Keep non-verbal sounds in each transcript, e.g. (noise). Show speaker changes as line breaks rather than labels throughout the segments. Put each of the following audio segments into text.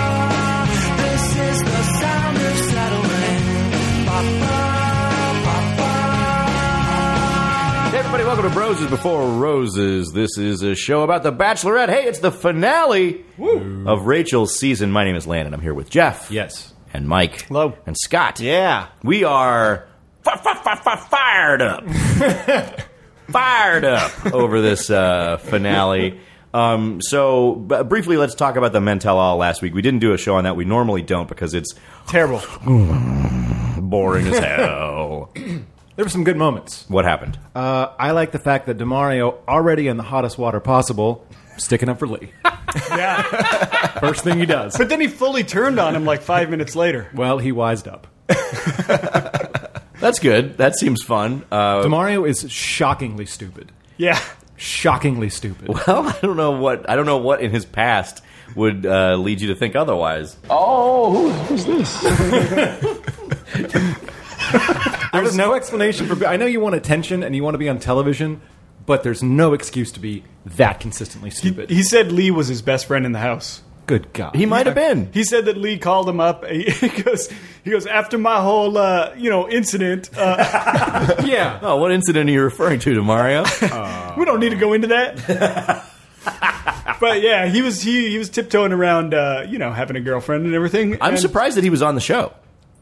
This is the sound of settlement.
Hey everybody, welcome to Broses Before Roses. This is a show about The Bachelorette. Hey, it's the finale of Rachel's season. My name is Landon. I'm here with Jeff.
Yes.
And Mike.
Hello.
And Scott.
Yeah.
We are fi- fi- fi- fi- fired up. fired up over this uh, finale. Um, so, b- briefly, let's talk about the Mentel All last week. We didn't do a show on that. We normally don't because it's
Terrible.
boring as hell.
There were some good moments.
what happened?
Uh, I like the fact that Demario already in the hottest water possible, sticking up for Lee.
(laughs) Yeah.
(laughs) First thing he does.
But then he fully turned on him like five minutes later.
Well, he wised up.
That's good. That seems fun. Uh,
Demario is shockingly stupid.
Yeah.
Shockingly stupid.
(laughs) Well, I don't know what I don't know what in his past would uh, lead you to think otherwise.
Oh,
There's no explanation for. I know you want attention and you want to be on television, but there's no excuse to be that consistently stupid.
He said Lee was his best friend in the house.
good God.
He might have been.
He said that Lee called him up. (laughs) He goes, he goes after my whole, uh, you know, incident.
(laughs)
Uh,
yeah.
Oh, what incident are you referring to, to Mario?
(laughs)
we don't need to go into that.
(laughs)
but yeah, he was he, he was tiptoeing around, uh, you know, having a girlfriend and everything.
I'm
and
surprised that he was on the show.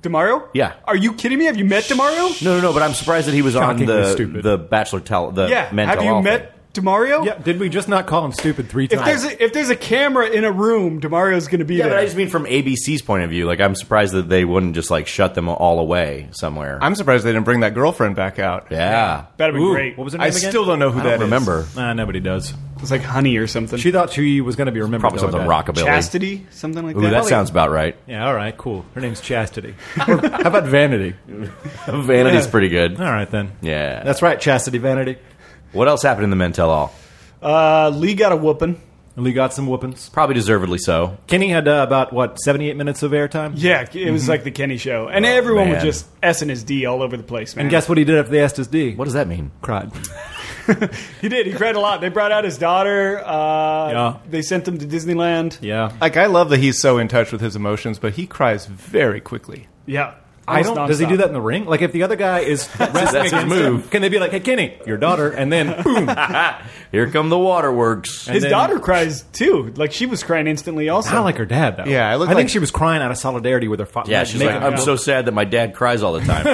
Demario.
Yeah.
Are you kidding me? Have you met Demario?
No, no, no. But I'm surprised that he was on
Shockingly
the
stupid.
the Bachelor Tell the
Yeah.
Men
Have
Tell
you
All
met Demario?
Yeah. Did we just not call him stupid three
If
times?
there's a, if there's a camera in a room, Demario's going to be
thing. Yeah,
there.
but I just mean from ABC's point of view. Like, I'm surprised that they wouldn't just like shut them all away somewhere.
I'm surprised they didn't bring that girlfriend back out.
yeah,
That'd be
Ooh,
great.
What was her name
I
again?
still don't know who
I
that
don't
is.
remember.
Ah, nobody does.
It's like honey or something.
She thought she was going to be remembered.
Probably
though, I
something rockabilly.
bet.
Chastity, something like
Ooh,
that.
that sounds about
(laughs)
right.
Yeah, all right, cool. Her name's (laughs) Chastity. Or how about Vanity?
Vanity's pretty good.
All right, then.
Yeah.
That's right, Chastity Vanity.
what else happened in the Men Tell All?
Uh, Lee got a whooping.
Lee got some whoopings.
Probably deservedly so.
Kenny had uh, about, what, 78 minutes of airtime?
Yeah, it was like the Kenny show, and everyone was
man.
just S and his D all over the place, man.
Oh, And guess what he did after they asked his D?
What does that mean?
(laughs)
Cried.
he did. He cried a lot. They brought out his daughter. Uh,
Yeah.
They sent him to Disneyland.
Yeah.
Like I love that he's so in touch with his emotions, but he cries very quickly.
Yeah.
I don't. Does he
Nonstop.
do that in the ring? Like, if the other guy
(laughs)
is wrestling
his
against
move.
him, can they be like, "Hey, Kenny, your daughter," and
(laughs)
then boom? I
Here come the waterworks.
His
then-
daughter cries too. Like she was crying instantly. Also,
don't like her dad though.
Yeah,
I
I look
think
like-
she was crying out of solidarity with her father.
Yeah, she's like, I'm so sad that my dad cries all
(laughs)
the time.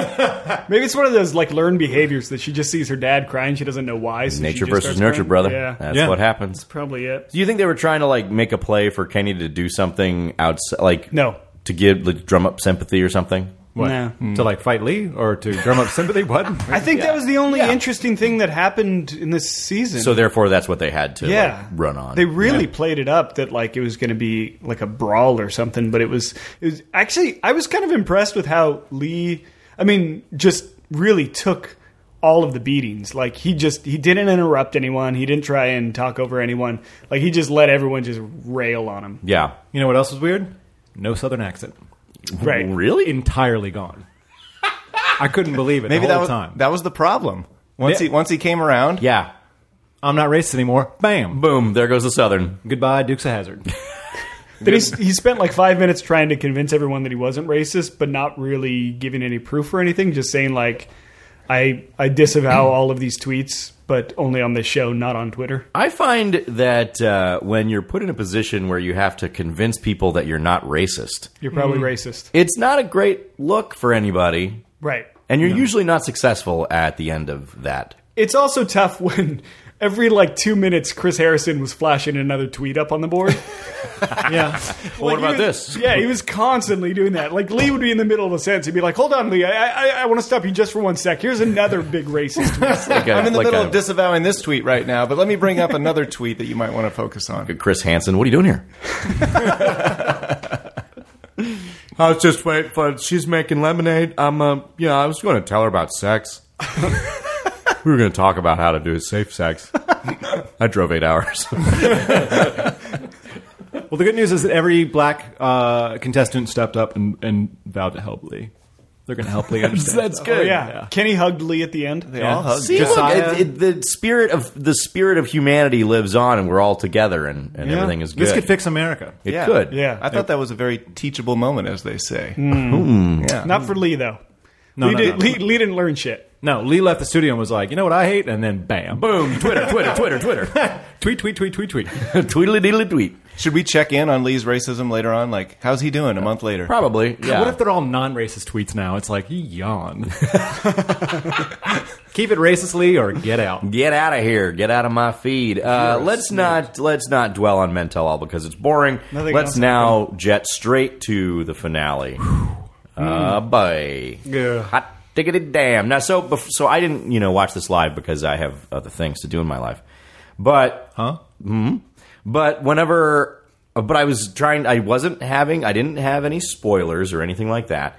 maybe it's one of those like learned behaviors that she just sees her dad crying. She doesn't know why. so she
Nature
just
versus
starts
nurture,
crying.
brother.
Yeah,
That's
Yeah.
what happens.
probably it.
Do you think they were trying to like make a play for Kenny to do something outside, like
No.
to give like, drum up sympathy or something?
what? Hmm.
No.
to like fight Lee or to drum up sympathy.
(laughs)
What?
I think that was the only
Yeah.
interesting thing that happened in this season.
So therefore, that's what they had to
yeah
like, run on.
they really played it up that like it was going to be like a brawl or something but it was it was actually i was kind of impressed with how lee i mean just really took all of the beatings like he just he didn't interrupt anyone he didn't try and talk over anyone like he just let everyone just rail on
(laughs)
him
yeah,
You know what else was weird? No southern accent.
right
really.
Entirely gone. I couldn't believe it. the
Maybe that
whole
was,
time.
that was the problem. Once
Yeah.
he once he came around,
yeah,
I'm not racist anymore. Bam.
boom. There goes the southern.
Goodbye, Dukes of Hazard.
then he, he spent like five minutes trying to convince everyone that he wasn't racist but not really giving any proof or anything just saying like i i
(clears throat)
disavow all of these tweets but only on this show not on twitter
I find that uh, when you're put in a position where you have to convince people that you're not racist,
You're probably
Mm.
racist.
it's not a great look for anybody,
Right.
and you're usually not successful at the end of that.
It's also tough when (laughs) every like two minutes Chris Harrison was flashing another tweet up on the
(laughs)
board.
yeah.
Well, what
Like, he
about
was-
this?
Yeah, he was constantly doing that. Like Lee would be in the middle of a sentence. He'd be like, Hold on, Lee, I I, I want to stop you just for one sec. Here's another big
(laughs)
racist tweet.
Like a-
(laughs) I'm in the
like
middle
a-
of disavowing this tweet right now, but let me bring up
(laughs)
another tweet that you might want to focus on.
Chris Hansen, what are you doing here? (laughs) I was just waiting for. She's making lemonade. I'm, uh, you know, I was going to tell her about (laughs) sex. we were going to talk about how to do safe sex. I drove eight hours.
Well, the good news is that every black uh, contestant stepped up and, and vowed to help Lee. They're going to
(laughs)
help Lee understand.
That's
Oh,
good.
yeah. Kenny hugged Lee at the end.
They all hug.
(laughs) See, look,
Josiah.
it- it- the spirit of the spirit of humanity lives on, and we're all together, and, and
Yeah.
everything is good.
This could fix America.
it could.
Yeah. Hmm.
I thought that was a very teachable moment, as they say. Hmm. Yeah.
Not for Lee though.
No,
Lee,
no,
did,
no.
Lee, Lee didn't learn shit.
No, Lee left the studio and was like, you know what I hate? And then bam.
Boom! Twitter, Twitter, Twitter, (laughs) Twitter.
(laughs) tweet, tweet, tweet, tweet, tweet.
Tweedly deedly tweet.
Should we check in on Lee's racism later on? Like, how's he doing a month later?
Probably. Yeah.
What if they're all non-racist tweets now? It's like,
(laughs)
yawn. Keep it racistly or get out.
Get out of here! Get out of my feed. Uh, let's not let's not dwell on Mentel all because it's boring.
Nothing
let's
else
now jet straight to the finale. uh, bye.
Yeah.
Hot diggity damn! Now, so bef- so I didn't you know watch this live because I have other things to do in my life, but Mm-hmm.
Huh?
But whenever, but I was trying, I wasn't having, I didn't have any spoilers or anything like that.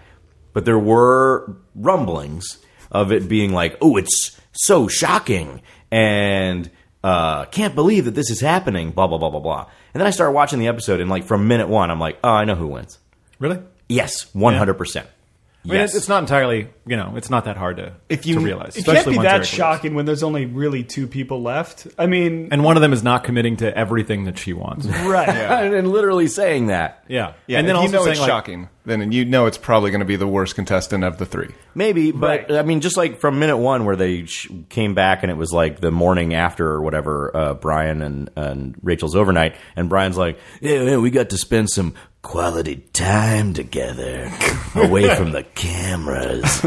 But there were rumblings of it being like, oh, it's so shocking and uh, can't believe that this is happening, blah, blah, blah, blah, blah. And then I started watching the episode, and like from minute one, I'm like, oh, I know who wins.
Really?
Yes, 100%.
I mean,
Yes.
it's not entirely, you know, it's not that hard to,
If you-
to realize.
It can't
especially
be
once
that
Eric leaves.
shocking when there's only really two people left. I mean,
And one of them is not committing to everything that she wants.
right.
(laughs) and, and literally saying that.
(laughs) Yeah.
Yeah,
and then
if
also
you know
saying
it's
like,
shocking, then you know it's probably going to be the worst contestant of the three.
Maybe, but
Right.
I mean, just like from minute one where they sh- came back and it was like the morning after or whatever, uh, Brian and, and Rachel's overnight, and Brian's like, yeah, yeah, we got to spend some quality time together away from the cameras.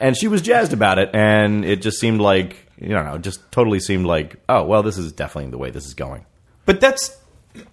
and she was jazzed about it, and it just seemed like, you know, it just totally seemed like, oh, well, this is definitely the way this is going.
But that's,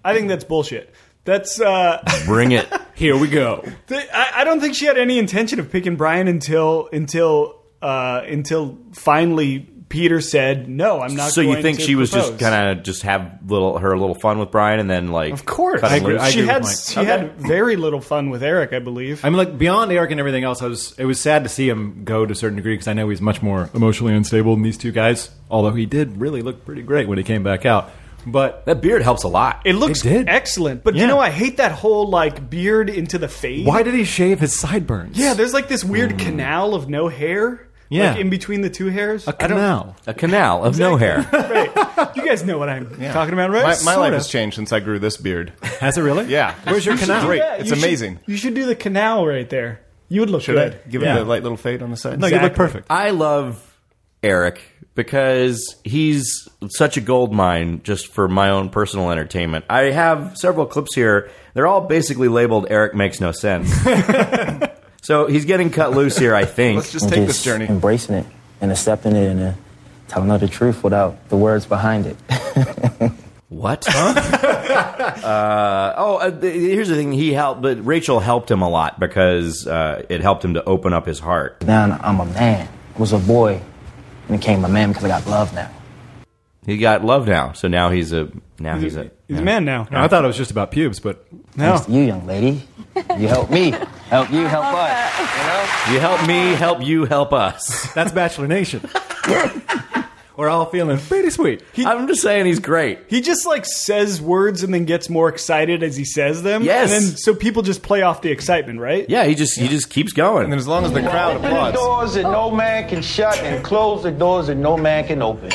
I think that's bullshit. That's, uh,
Bring it.
here we go.
th- I, I don't think she had any intention of picking Brian until, until, uh, until finally Peter said, no, I'm not
so you
going
think
to
she was just
propose."
kind of just have little her little fun with Brian and then like
Of course.
cut him
agree-
loose?
I
she
agree
had,
with
she
Mike.
had very little fun with Eric, I believe.
I mean, like beyond Eric and everything else, I was it was sad to see him go to a certain degree because I know he's much more emotionally unstable than these two guys. Although he did really look pretty great when he came back out, but
that beard helps a lot.
it looks
It did.
excellent, but
Yeah.
you know, I hate that whole like beard into the fade.
why did he shave his sideburns?
Yeah, there's like this weird canal of no hair.
Yeah.
Like in between the two hairs.
a canal.
A canal of no hair.
right. You guys know what I'm talking about, right?
My, my
Sort
life
of.
has changed since I grew this beard.
Has it really?
Yeah.
(laughs) Where's your
You should
canal?
do Great.
Yeah,
It's
you should-
amazing.
you should do the canal right there. You would look
Should I
good.
give
Yeah.
it a light little fade on the side?
No, you look
Exactly.
perfect.
(laughs) I love Eric because he's such a gold mine just for my own personal entertainment. I have several clips here. They're all basically labeled Eric makes no (laughs) sense. so he's getting cut loose here, I think.
Let's just take this
Mm-hmm.
journey.
Embracing it and accepting it and uh, telling her the truth without the words behind it. (laughs)
What? (laughs) uh, oh, uh, th- here's the thing. He helped, but Rachel helped him a lot because uh, it helped him to open up his heart.
now I'm a man. I was a boy and became a man because I got love now.
He got love now, so now he's a now he's, a,
He's a man now.
I thought it was just about pubes, but
No.
You young lady, you help me, help you, help us.
You help me, help you, help us.
(laughs) that's Bachelor Nation. We're all feeling pretty sweet.
I'm just saying he's great.
He just like says words and then gets more excited as he says them.
Yes.
And then so people just play off the excitement, right?
Yeah, he just he just keeps going.
And then as long as the crowd
Open the
applauds,
doors that no man can shut and close the doors that no man can open.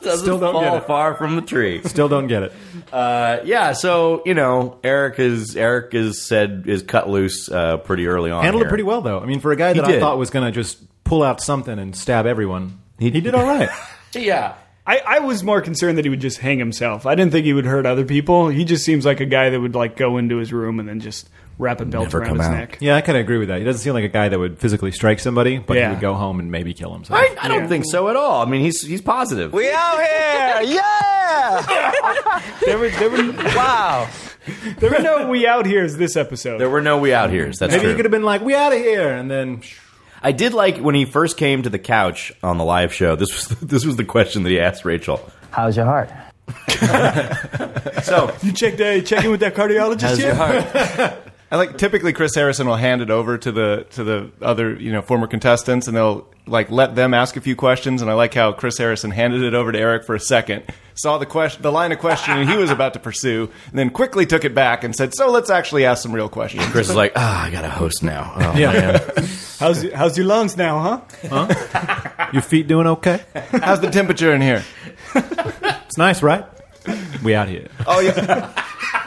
Doesn't
Still don't
fall
get it.
far from the tree.
Still don't get it.
Uh, yeah, so you know, Eric is Eric is said is cut loose uh, pretty early on.
Handled it
here.
pretty well, though. I mean, for a guy that I
did.
thought was going to just pull out something and stab everyone, he, he did all right.
Yeah,
I, I was more concerned that he would just hang himself. I didn't think he would hurt other people. He just seems like a guy that would like go into his room and then just wrap a belt
Never
around
come
his
out.
neck.
Yeah, I kind of agree with that. He doesn't seem like a guy that would physically strike somebody, but
Yeah.
he would go home and maybe kill himself.
I, I don't think so at all. I mean, he's he's positive.
We out here! Yeah!
There were, there were,
Wow!
there were no we out here's this episode.
there were no we out here's. That's
Maybe
true.
he could have been like, "We out of here," and then
I did like when he first came to the couch on the live show. This was (laughs) this was the question that he asked Rachel.
How's your heart?
So
you checked uh, check in with that cardiologist yet?
heart?
I like typically Chris Harrison will hand it over to the to the other you know former contestants, and they'll like let them ask a few questions. And I like how Chris Harrison handed it over to Eric for a second, saw the question, the line of questioning he was about to pursue, and then quickly took it back and said, "So let's actually ask some real questions."
Chris is like, ah, I got a host now. Oh,
Yeah.
man.
How's how's your lungs now, huh?
Your feet doing okay?
How's the temperature in here?
It's nice, right? We out here.
Oh yeah.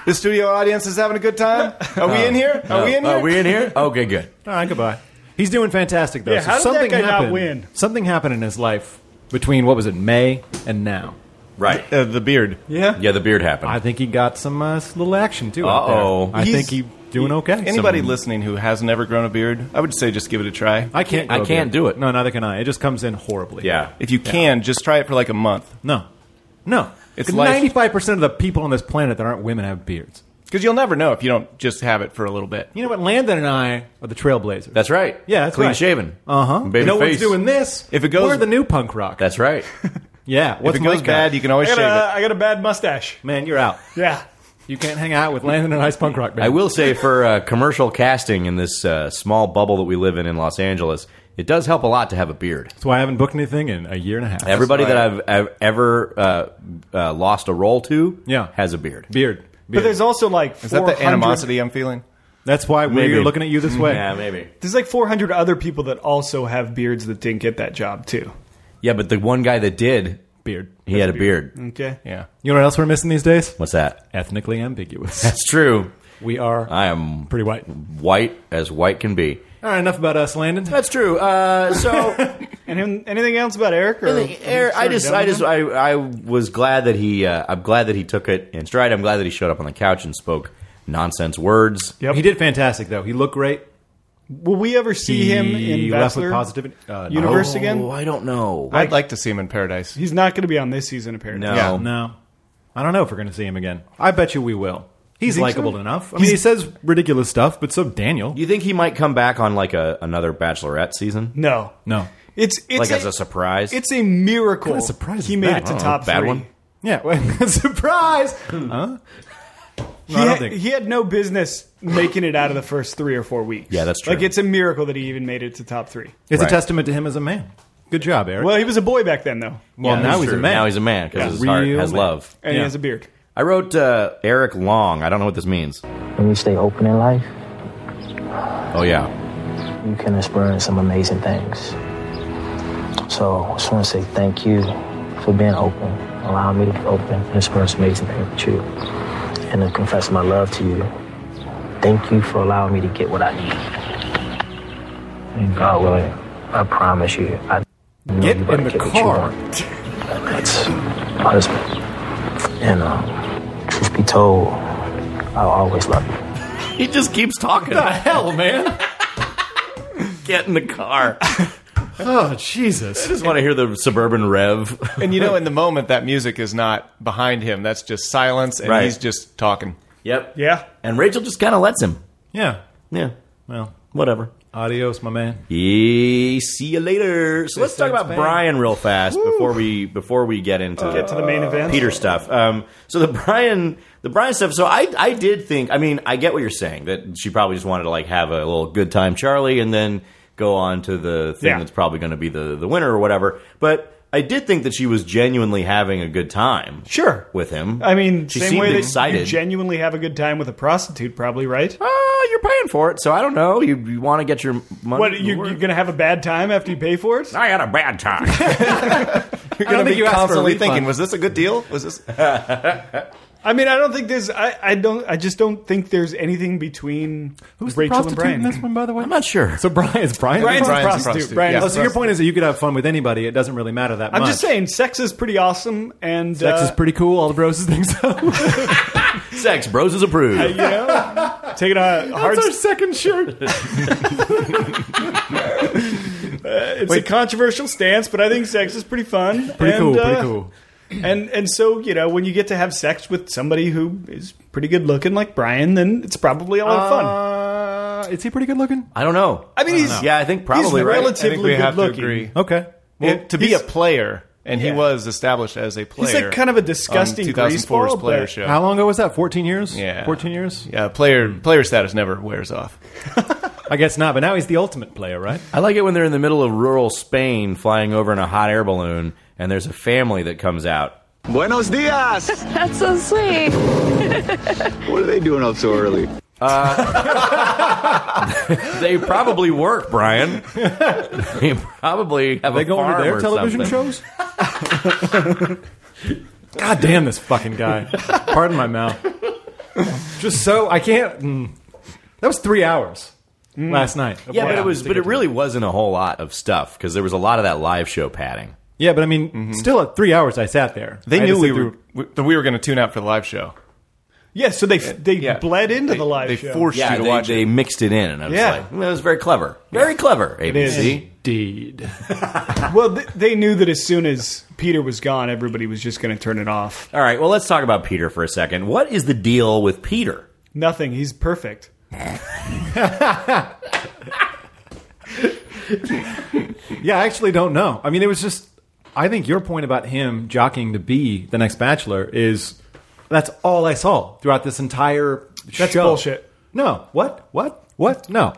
The studio audience is having a good time. Are we in here? Are we in here?
Are Oh, Uh, we in here? Okay, good.
All right, Ah, goodbye. He's doing fantastic though.
Yeah,
so
how did that
something
guy not
happened.
win?
Something happened in his life between what was it, May and now.
Right.
Uh, the beard.
Yeah.
Yeah, the beard happened.
I think he got some uh, little action too. out there.
Uh-oh.
I
He's-
think he doing okay.
Anybody
Some-
listening who has never grown a beard, I would say just give it a try.
I can't.
I
grow a
can't
beard.
do it.
No, neither can I. It just comes in horribly.
yeah.
If you can, just try it for like a month
No. No.
It's life.
ninety-five percent of the people on this planet that aren't women have beards.
because you'll never know if you don't just have it for a little bit.
You know what? Landon and I are the trailblazers.
That's right.
Yeah, that's
Clean
right.
shaven.
uh huh.
Baby
No
face.
one's doing this.
If it goes-
we're the new punk rock.
That's right.
yeah.
If
What's
it goes
Mike got?
bad, you can always
I
shave
got,
it.
a, I got a bad mustache.
man, you're out.
Yeah.
You can't hang out with Landon and I's punk rock band.
I will say for uh, commercial casting in this uh, small bubble that we live in in Los Angeles, it does help a lot to have a beard.
That's why I haven't booked anything in a year and a half.
Everybody
right.
that I've, I've ever uh, uh, lost a role to
Yeah.
has a beard.
beard.
But there's also like 400,
Is that the animosity I'm feeling?
That's why
Maybe.
we're looking at you this way.
(laughs) Yeah, maybe.
There's like 400 other people that also have beards that didn't get that job too.
Yeah, but the one guy that did,
Beard.
he had a beard.
Okay.
Yeah.
You know what else we're missing these days?
What's that? (laughs)
Ethnically ambiguous.
That's true.
we are
I am
pretty white.
white as white can be.
All right, enough about us, Landon.
That's true. Uh, so (laughs)
And him- anything else about Eric? Or
Eric, I just, I just, I, I was glad that he, uh, I'm glad that he took it in stride. I'm glad that he showed up on the couch and spoke nonsense words.
Yep.
He did fantastic, though. He looked great.
will we ever see
he
him in
left with
Bachelor
positivity. Uh, no.
Universe again?
Oh, I don't know.
I'd like to see him in paradise.
He's not going to be on this season apparently.
no.
Yeah.
No. I don't know if we're going to see him again. I bet you we will. He's
think
likable
so?
enough. I mean, he says ridiculous stuff, but so Daniel.
You think he might come back on like a another Bachelorette season,
No.
no.
It's it's
like
a,
as a surprise?
it's a miracle.
What kind of surprise
he
is
made
that?
it to
I don't
top
bad
three.
one.
Yeah. (laughs) well, Surprise!
(laughs)
huh?
He,
I don't
had,
think-
he had no business making it out of the first three or four weeks.
Yeah, that's true.
Like it's a miracle that he even made it to top three.
It's
Right.
a testament to him as a man. Good job, Eric.
Well, he was a boy back then though,
Yeah,
Well, now
that's
he's
true.
a man.
Now he's a man because
Yeah.
his heart
Real
has
man.
love.
and he
Yeah.
has a beard.
I wrote uh, Eric Long. I don't know what this means.
When you stay open in life,
Oh yeah,
you can experience some amazing things. So I just want to say thank you for being open, allowing me to be open and experience amazing things with you, and to confess my love to you. Thank you for allowing me to get what I need. And God willing, I promise you, I know
Get
you about
in
to
the
get what you
car.
want. That's my husband. And um, truth be told, I'll always love you.
he just keeps talking.
What the hell, man?
(laughs) Get in the car. I
(laughs) oh, Jesus.
just want to hear the suburban rev.
And you know, (laughs) in the moment, that music is not behind him. That's just silence, and
Right.
he's just talking.
(laughs) yep.
Yeah.
And Rachel just kind of lets him.
Yeah.
Yeah.
Well,
Whatever.
adios, my man.
Yeah, see you later. So let's talk
thanks,
about
man.
Brian real fast before we before we get into
Get to the main event.
Peter stuff. Um, so the Brian, the Brian stuff. So I, I did think. I mean, I get what you're saying that she probably just wanted to like have a little good time, Charlie, and then go on to the thing
Yeah.
that's probably going to be the the winner or whatever. But I did think that she was genuinely having a good time.
Sure.
with him.
I mean,
she
same
seemed
way that you
excited.
genuinely have a good time with a prostitute, probably, right?
Oh, you're paying for it, so I don't know. You, you want to get your money?
What you, you're gonna have a bad time after you pay for it?
I had a bad time.
You're
don't
going to
think
be
you asked for a
constantly
refund.
thinking, was this a good deal? Was this?
I mean, I don't think there's. I, I don't. I just don't think there's anything between
Who's the
Rachel and
prostitute
Brian.
in this one, by the way?
I'm not sure.
So Brian is Brian.
Brian's,
Brian's
a
a
prostitute.
prostitute.
Brian's
Yeah.
a
Oh, so your
prostitute.
point is that you could have fun with anybody. It doesn't really matter that
I'm
much.
just saying, sex is pretty awesome, and
Sex
uh,
is pretty cool. All the bros think so.
(laughs) Sex bros is approved.
You know, taking a hard.
That's our second shirt.
It's a controversial stance, but I think sex is pretty fun.
Pretty
and,
cool.
uh,
Pretty cool.
And and so you know, when you get to have sex with somebody who is pretty good looking like Brian, then it's probably a lot of fun.
Uh, is he pretty good looking?
I don't know.
I mean, he's
yeah, I think probably
he's
right.
I think
relatively
we
good
have
looking.
to agree.
Okay. Well,
It- to be a player and he was established as a player. Um,
He's like kind of a disgusting
on 2004's
greaseball,
player
but-
show.
How long ago was that? 14 years?
Yeah.
14 years?
Yeah, player player status never wears off.
I guess not, but now he's the ultimate player, right?
I like it when they're in the middle of rural Spain flying over in a hot air balloon and there's a family that comes out.
Buenos dias!
That's so sweet.
What are they doing up so early?
They probably work, Brian. (laughs) they probably have
They
a
go
farm
into their
or
television
something.
shows? God damn this fucking guy. Pardon my mouth. Just so, I can't. mm. That was three hours last night.
Yeah, but it was, but it really wasn't a whole lot of stuff because there was a lot of that live show padding.
Yeah, but I mean, still at three hours I sat there.
They
I had to
knew we
sit
were
through-
we, that we were going to tune out for the live show.
Yeah, so they they
Yeah.
bled into
They-
the live
they
show.
forced you
Yeah,
to
they,
watch
they
it.
mixed it in, and I was
Yeah.
like, "That was very clever, very clever." ABC.
Indeed.
well, th- they knew that as soon as Peter was gone, everybody was just going to turn it off.
All right, well, let's talk about Peter for a second. What is the deal with Peter?
Nothing. He's perfect.
Yeah, I actually don't know. I mean, it was just. I think your point about him jockeying to be the next Bachelor is that's all I saw throughout this entire.
That's
show.
bullshit.
No. What? What? What? No.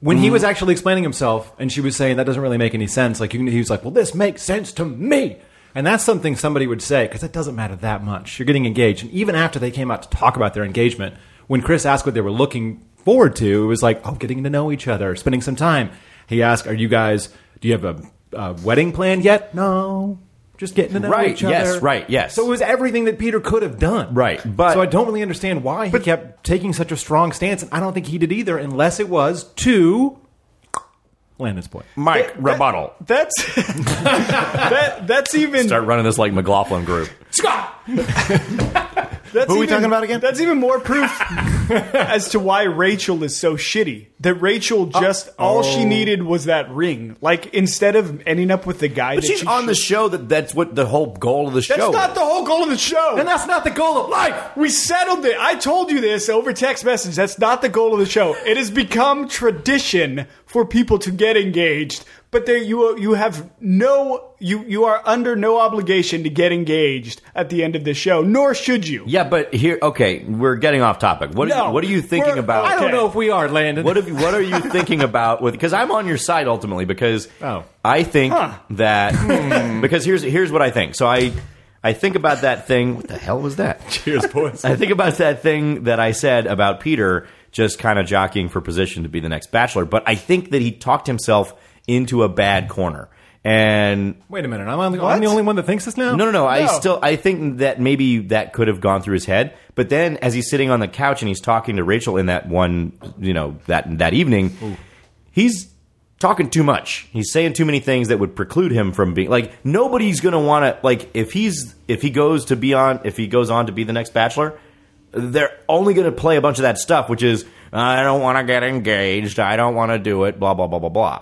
When he was actually explaining himself, and she was saying that doesn't really make any sense. Like you can- he was like, "Well, this makes sense to me," and that's something somebody would say because it doesn't matter that much. You're getting engaged, and even after they came out to talk about their engagement, when Chris asked what they were looking forward to, it was like, "Oh, getting to know each other, spending some time." He asked, "Are you guys? Do you have a, a wedding planned yet?" No. Just getting to know
Right,
each other.
yes, right, yes.
So it was everything that Peter could have done.
Right, but-
so I don't really understand why he kept taking such a strong stance, and I don't think he did either, unless it was to land his point.
Mike rebuttal.
That's (laughs) that. That's even.
Start running this like McLaughlin Group.
(laughs)
that's
Who are we
even-
talking about again?
That's even more proof (laughs) as to why Rachel is so shitty. That Rachel
Oh.
just all she needed was that ring. Like instead of ending up with the guy,
But
that
she's
she
on the
should-
show. That that's what the whole goal of the
That's
show.
not
is.
the whole goal of the show.
And that's not the goal of life.
We settled it. I told you this over text message. That's not the goal of the show. It has become tradition for people to get engaged, but there you you have no you you are under no obligation to get engaged at the end of the show, nor should you.
Yeah, but here, okay, we're getting off topic. What are
No,
you, what are you thinking
we're-
about?
I don't know if we are, Landon.
What have you- what are
(laughs)
you thinking about with? Because I'm on your side ultimately. Because
Oh. Hmm.
I think that because here's here's what I think. So I I think about that thing. What the hell was that? Cheers, boys. (laughs) I think about that thing that I said about Peter just kind of jockeying for position to be the next bachelor. But I think that he talked himself into a bad corner. And
Wait a minute. I'm, on, I'm the only one that thinks this now?
no, no, no. I
No.
still I think that maybe that could have gone through his head. But then, as he's sitting on the couch and he's talking to Rachel in that one, you know, that that evening, he's talking too much. He's saying too many things that would preclude him from being like nobody's going to want to like if he's if he goes to be on if he goes on to be the next Bachelor. They're only going to play a bunch of that stuff, which is I don't want to get engaged. I don't want to do it. Blah blah blah blah blah.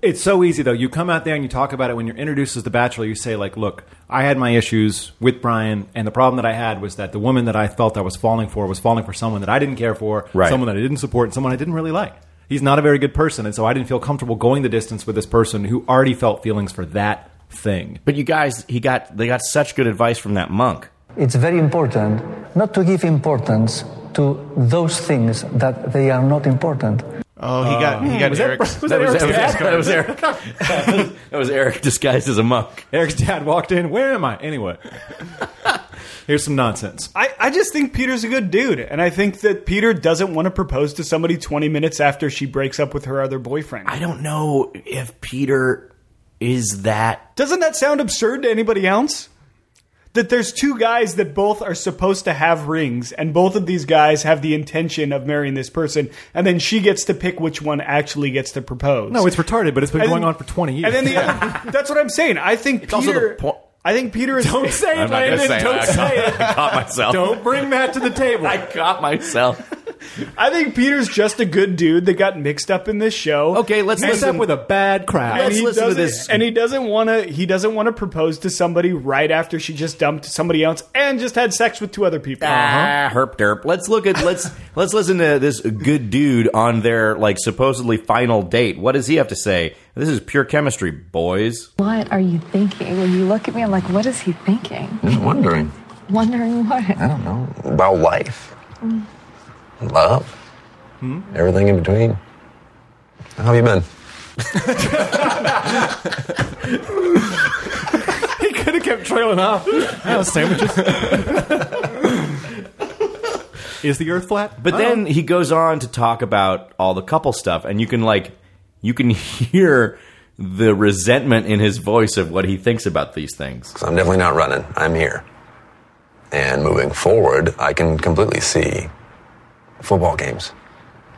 It's so easy though. You come out there and you talk about it when you're introduced as the bachelor. You say like, "Look, I had my issues with Brian, and the problem that I had was that the woman that I felt I was falling for was falling for someone that I didn't care for,
Right.
someone that I didn't support, and someone I didn't really like. He's not a very good person, and so I didn't feel comfortable going the distance with this person who already felt feelings for that thing.
But you guys, he got they got such good advice from that monk.
It's very important not to give importance to those things that they are not important.
Oh, he got he got Eric's.
That was, that, was, that was Eric. (laughs) that was Eric disguised as a monk.
Eric's dad walked in. Where am I? Anyway, (laughs) here's some nonsense.
I, I just think Peter's a good dude, and I think that Peter doesn't want to propose to somebody 20 minutes after she breaks up with her other boyfriend.
I don't know if Peter is that.
Doesn't that sound absurd to anybody else? That there's two guys that both are supposed to have rings, and both of these guys have the intention of marrying this person, and then she gets to pick which one actually gets to propose.
No, it's retarded, but it's been
And
going
then-
on for 20 years.
And then the other, that's what I'm saying. I think Peter.
also the po-
I think Peter is.
don't say it,
I'm not gonna
Landon.
say it. (laughs)
Don't
I
say it.
caught myself.
Don't bring that to the table.
I caught myself.
I think Peter's just a good dude that got mixed up in this show.
Okay, let's
And-
Messed up with a bad crowd.
and
Let's
he
listen to
doesn't-
this.
And he doesn't want to. He doesn't want to propose to somebody right after she just dumped somebody else and just had sex with two other people.
Ah, herp derp. Let's look at let's let's listen to this good dude on their like supposedly final date. What does he have to say? This is pure chemistry, boys.
What are you thinking? When you look at me, I'm like, what is he thinking?
Just wondering.
Wondering what?
I don't know about life, love, Hmm? everything in between. How have you been?
He could have kept trailing off. Oh, sandwiches. (laughs) Is the Earth flat?
But then he goes on to talk about all the couple stuff, and you can like you can (laughs) hear the resentment in his voice of what he thinks about these things.
'Cause I'm definitely not running. I'm here. And moving forward, I can completely see football games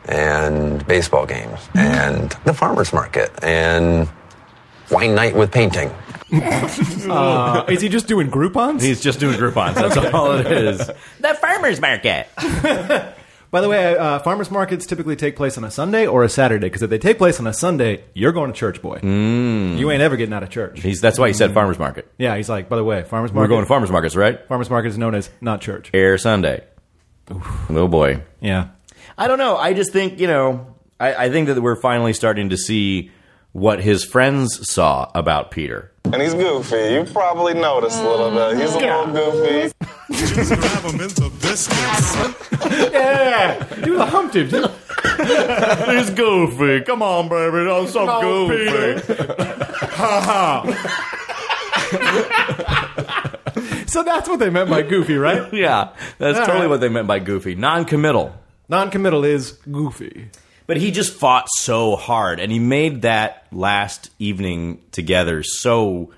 and baseball games and the farmer's market and wine night with painting.
Uh, is he just doing Groupons?
He's just doing Groupons. That's all it is. (laughs) The farmers market.
By the way, uh, farmers markets typically take place on a Sunday or a Saturday because if they take place on a Sunday, you're going to church, boy. You ain't ever getting out of church.
He's that's why he said farmers market.
Yeah, he's like, by the way, farmers
We're
market.
going to farmers markets, right?
farmers market is known as not church.
Air Sunday. Oh boy.
Yeah.
I don't know. I just think you know. I, I think that we're finally starting to see what his friends saw about Peter.
And he's goofy. You probably noticed a little bit. He's a little goofy.
Yeah, do the hump dip.
(laughs)
dude.
He's goofy. Come on, baby. Don't stop goofy.
So that's what they meant by goofy, right?
(laughs) Yeah, that's
All
totally
right.
what they meant by goofy. Non-committal.
(laughs) Non-committal is goofy.
But he just fought so hard, and he made that last evening together so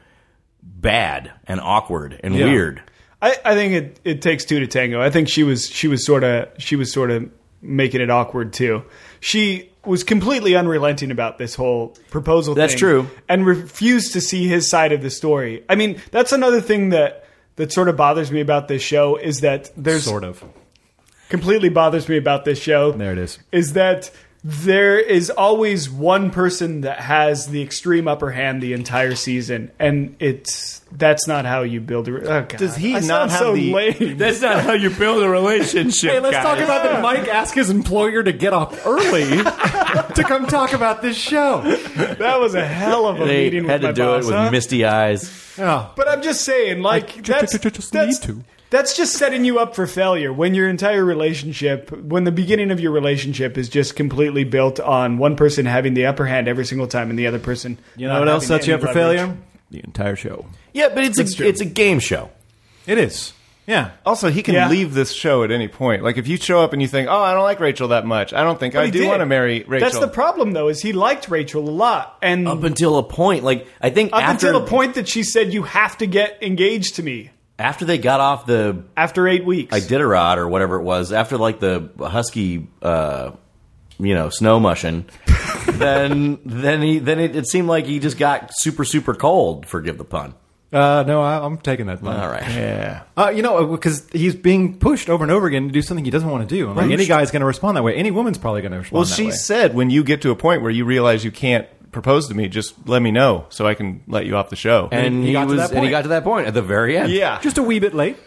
bad and awkward and
Yeah.
weird.
I, I think it, it takes two to tango. I think she was she was sort of she was sort of making it awkward too. She was completely unrelenting about this whole proposal.
That's
thing
true.
and refused to see his side of the story. I mean, that's another thing that that sort of bothers me about this show is that there's
Sort of.
completely bothers me about this show.
There it is.
Is that there is always one person that has the extreme upper hand the entire season, and it's that's not how you build a. Oh, God.
Does he
I
not
sound
have
so
the-
lame?
(laughs) That's not how you build a relationship.
Hey, let's talk about that. Mike asked his employer to get off early (laughs) to come talk about this show.
That was a hell of a
They
meeting
had
with my
to do
boss,
it with
huh?
misty eyes.
Oh,
But I'm just saying, like
ju- ju-
that's
ju- ju- just
that's,
need to.
that's just setting you up for failure when your entire relationship, when the beginning of your relationship is just completely built on one person having the upper hand every single time, and the other person.
you know
not
what else
having
sets you up
any
for
leverage.
failure? The entire show.
Yeah, but it's
That's
a,
true.
it's a game show.
It is. Yeah.
Also, he can
Yeah.
leave this show at any point. Like if you show up and you think, "Oh, I don't like Rachel that much. I don't think I
He
do
did.
want to marry Rachel."
That's the problem, though, is he liked Rachel a lot, and
up
up,
until a point. Like I think after
until the point that she said, "You have to get engaged to me."
after they got off the
After eight weeks,
Iditarod or whatever it was, after like the husky, uh, you know, snow mushing, then then he then it, it seemed like he just got super super cold. Forgive the pun.
Uh, no, I, I'm taking that.
All right.
Yeah. Uh, you know, because he's being pushed over and over again to do something he doesn't want to do. I'm like, any guy's going to respond that way. Any woman's probably going to respond
Well,
that
she
way.
said, "When you get to a point where you realize you can't propose to me, just let me know so I can let you off the show."
And
he
he,
got to
was
that
and he
point.
got to that point at the very end.
yeah,
Just a wee bit late.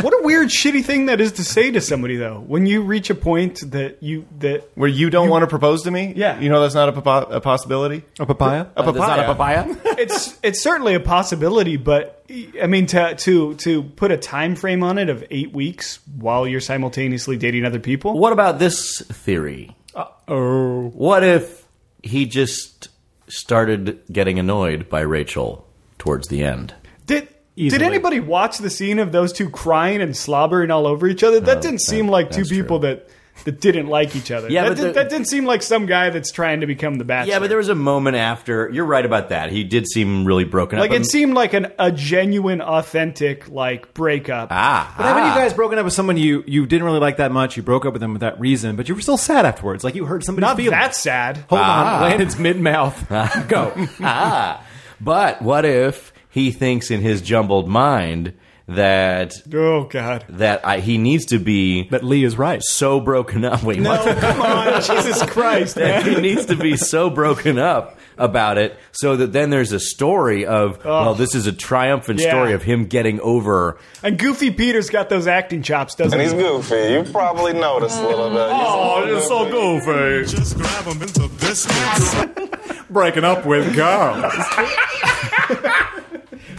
what a weird, shitty thing that is to say to somebody, though. When you reach a point that you that
where you don't want to propose to me,
Yeah.
you know that's not a, popo- a possibility.
A papaya?
A
That's not a papaya.
it's it's certainly a possibility, but I mean to to to put a time frame on it of eight weeks while you're simultaneously dating other people.
(laughs) what about this theory?
oh.
What if he just started getting annoyed by Rachel towards the end?
Did
Easily.
did anybody watch the scene of those two crying and slobbering all over each other? That
No,
didn't
that-
seem like two
that's true.
people that. That didn't like each other.
Yeah,
that,
but
did,
the-
that didn't seem like some guy that's trying to become the bachelor.
Yeah, but there was a moment after. You're right about that. He did seem really broken
like
up.
it seemed like an a genuine, authentic like breakup.
ah,
But haven't you guys broken up with someone you, you didn't really like that much? You broke up with them with that reason, but you were still sad afterwards. Like you hurt somebody's
Not
feelings.
that sad.
Hold on. Landon's mid (laughs) mouth.
(laughs)
Go.
Ah. But what if he thinks in his jumbled mind that
Oh God.
that I, he needs to be
That Lee is right.
so broken up. Wait, what? (laughs)
Oh come on, (laughs) Jesus Christ,
that
man.
he needs to be so broken up about it so that then there's a story of well this is a triumphant
Yeah.
story of him getting over
And Goofy Peter's got those acting chops, doesn't
And
he?
he's goofy. You probably noticed a little bit. Oh, it's so
goofy.
Just grab them into biscuits.
Breaking up with girls.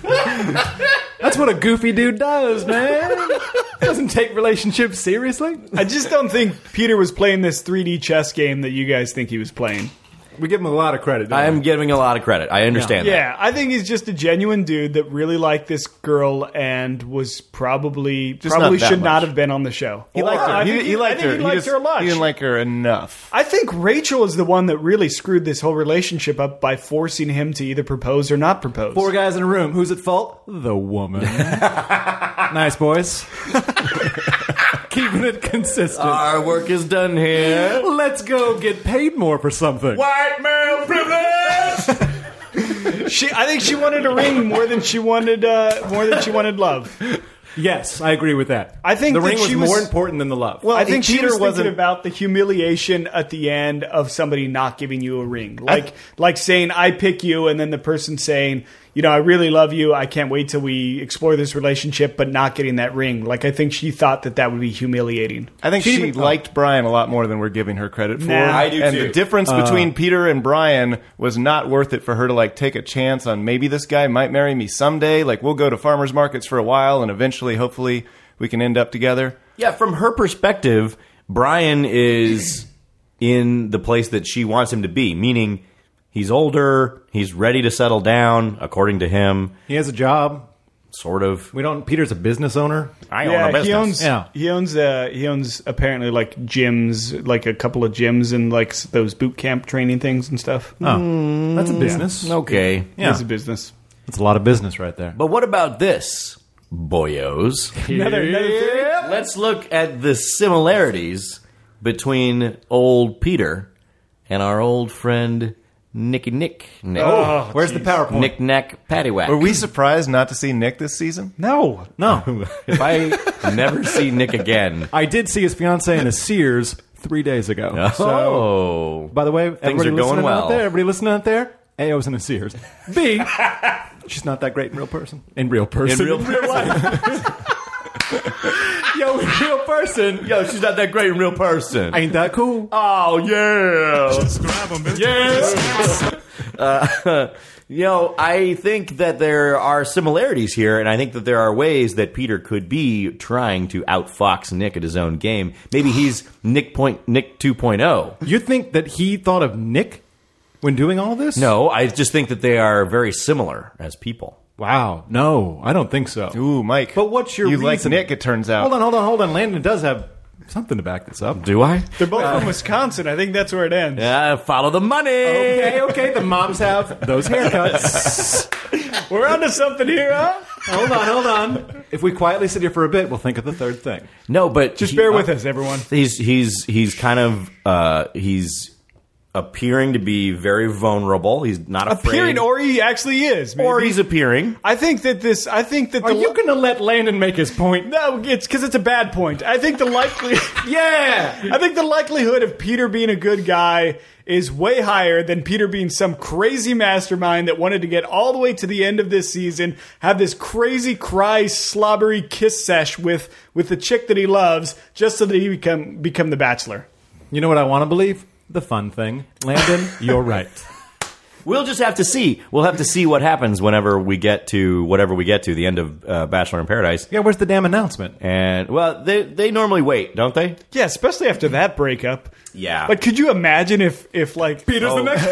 That's what a goofy dude does, (laughs) man. Doesn't take relationships seriously.
I just don't think Peter was playing this 3D chess game that you guys think he was playing.
We give him a lot of credit. don't we?
I'm giving a lot of credit I understand that
Yeah, I think he's just a genuine dude that really liked this girl and was probably
not
probably
that
should not
much.
have been on the show.
He liked
I
her. He,
think
he liked
I think
her.
He liked
just-
her a lot.
He didn't like her enough.
I think Rachel is the one that really screwed this whole relationship up by forcing him to either propose or not propose.
Four guys in a room. Who's at fault? The
(laughs)
woman. nice, boys. Keeping it consistent.
Uh,
our work is done here
Let's go get paid more for something.
white male privilege
she, I think she wanted a ring more than she wanted uh, more than she wanted love.
Yes, I agree with that.
I think
the
that
ring was,
she
more
was-
important than the love.
Well, I think
Peter
Peter was thinking
wasn't-
about the humiliation at the end of somebody not giving you a ring, like like saying "I pick you," and then the person saying, "You know, I really love you. I can't wait till we explore this relationship," but not getting that ring. Like I think she thought that that would be humiliating.
I think
She
she,
even-
liked Brian a lot more than we're giving her credit for.
Nah. I
do
and
too.
the difference
Uh.
between Peter and Brian was not worth it for her to like take a chance on maybe this guy might marry me someday. Like we'll go to farmers markets for a while and eventually hopefully we can end up together.
yeah from her perspective Brian is in the place that she wants him to be meaning he's older he's ready to settle down according to him
he has a job.
sort of
We don't. Peter's a business owner.
I own a
Yeah,
business
he owns
Yeah.
he owns uh, he owns apparently like gyms, like a couple of gyms and like s- those boot camp training things and stuff.
Oh,
Mm.
that's a business.
okay
He has a business.
That's a lot of business right there.
But what about this, boyos?
Another, another theory?
Let's look at the similarities between old Peter and our old friend Nicky Nick. Nick.
Oh,
Where's the PowerPoint?
Nick Nack Paddywhack.
Were we surprised not to see Nick this season?
No,
No,
if I never see
(laughs)
Nick again.
I did see his fiance in a Sears three days ago. So,
oh.
by the way,
Things
everybody
are going
listening
well.
out there, everybody listening out there, A, I was in a Sears. (laughs) B, she's not that great in real person. In real person.
(laughs) In
(laughs)
real
life. Yo, in real person,
Yo, she's not that great in real person.
ain't that cool?
oh, yeah.
Just grab them into
(laughs) Uh, You know, I think that there are similarities here, and I think that there are ways that Peter could be trying to outfox Nick at his own game. Maybe he's Nick point oh. Nick 2.0.
You think that he thought of Nick when doing all this?
No, I just think that they are very similar as people.
Wow. No, I don't think so.
Ooh, Mike.
But what's your
You like
reason?
Nick, it turns out.
Hold on, hold on, hold on. Landon does have something to back this up.
Do I?
they're both from Wisconsin. I think that's where it ends.
Uh, follow the money.
Okay, okay. The moms have those haircuts.
We're onto something here, huh?
hold on, hold on. If we quietly sit here for a bit, we'll think of the third thing.
No, but uh,
Just bear with us, everyone.
He's he's he's kind of uh, he's appearing to be very vulnerable. He's not afraid,
Appearing, or he actually is. Maybe.
or he's appearing.
I think that this. I think that the.
Are you going to let Landon make his point?
no, it's because it's a bad point. I think the likely.
(laughs) Yeah.
I think the likelihood of Peter being a good guy is way higher than Peter being some crazy mastermind that wanted to get all the way to the end of this season, have this crazy cry slobbery kiss sesh with with the chick that he loves, just so that he become become the bachelor.
You know what I want to believe? The fun thing. Landon, (laughs) you're right.
We'll just have to see. We'll have to see what happens whenever we get to whatever we get to the end of uh, Bachelor in Paradise.
Yeah, where's the damn announcement?
And well, they they normally wait, don't they?
Yeah, especially after that breakup.
Yeah.
But could you imagine if if like Peter's
the next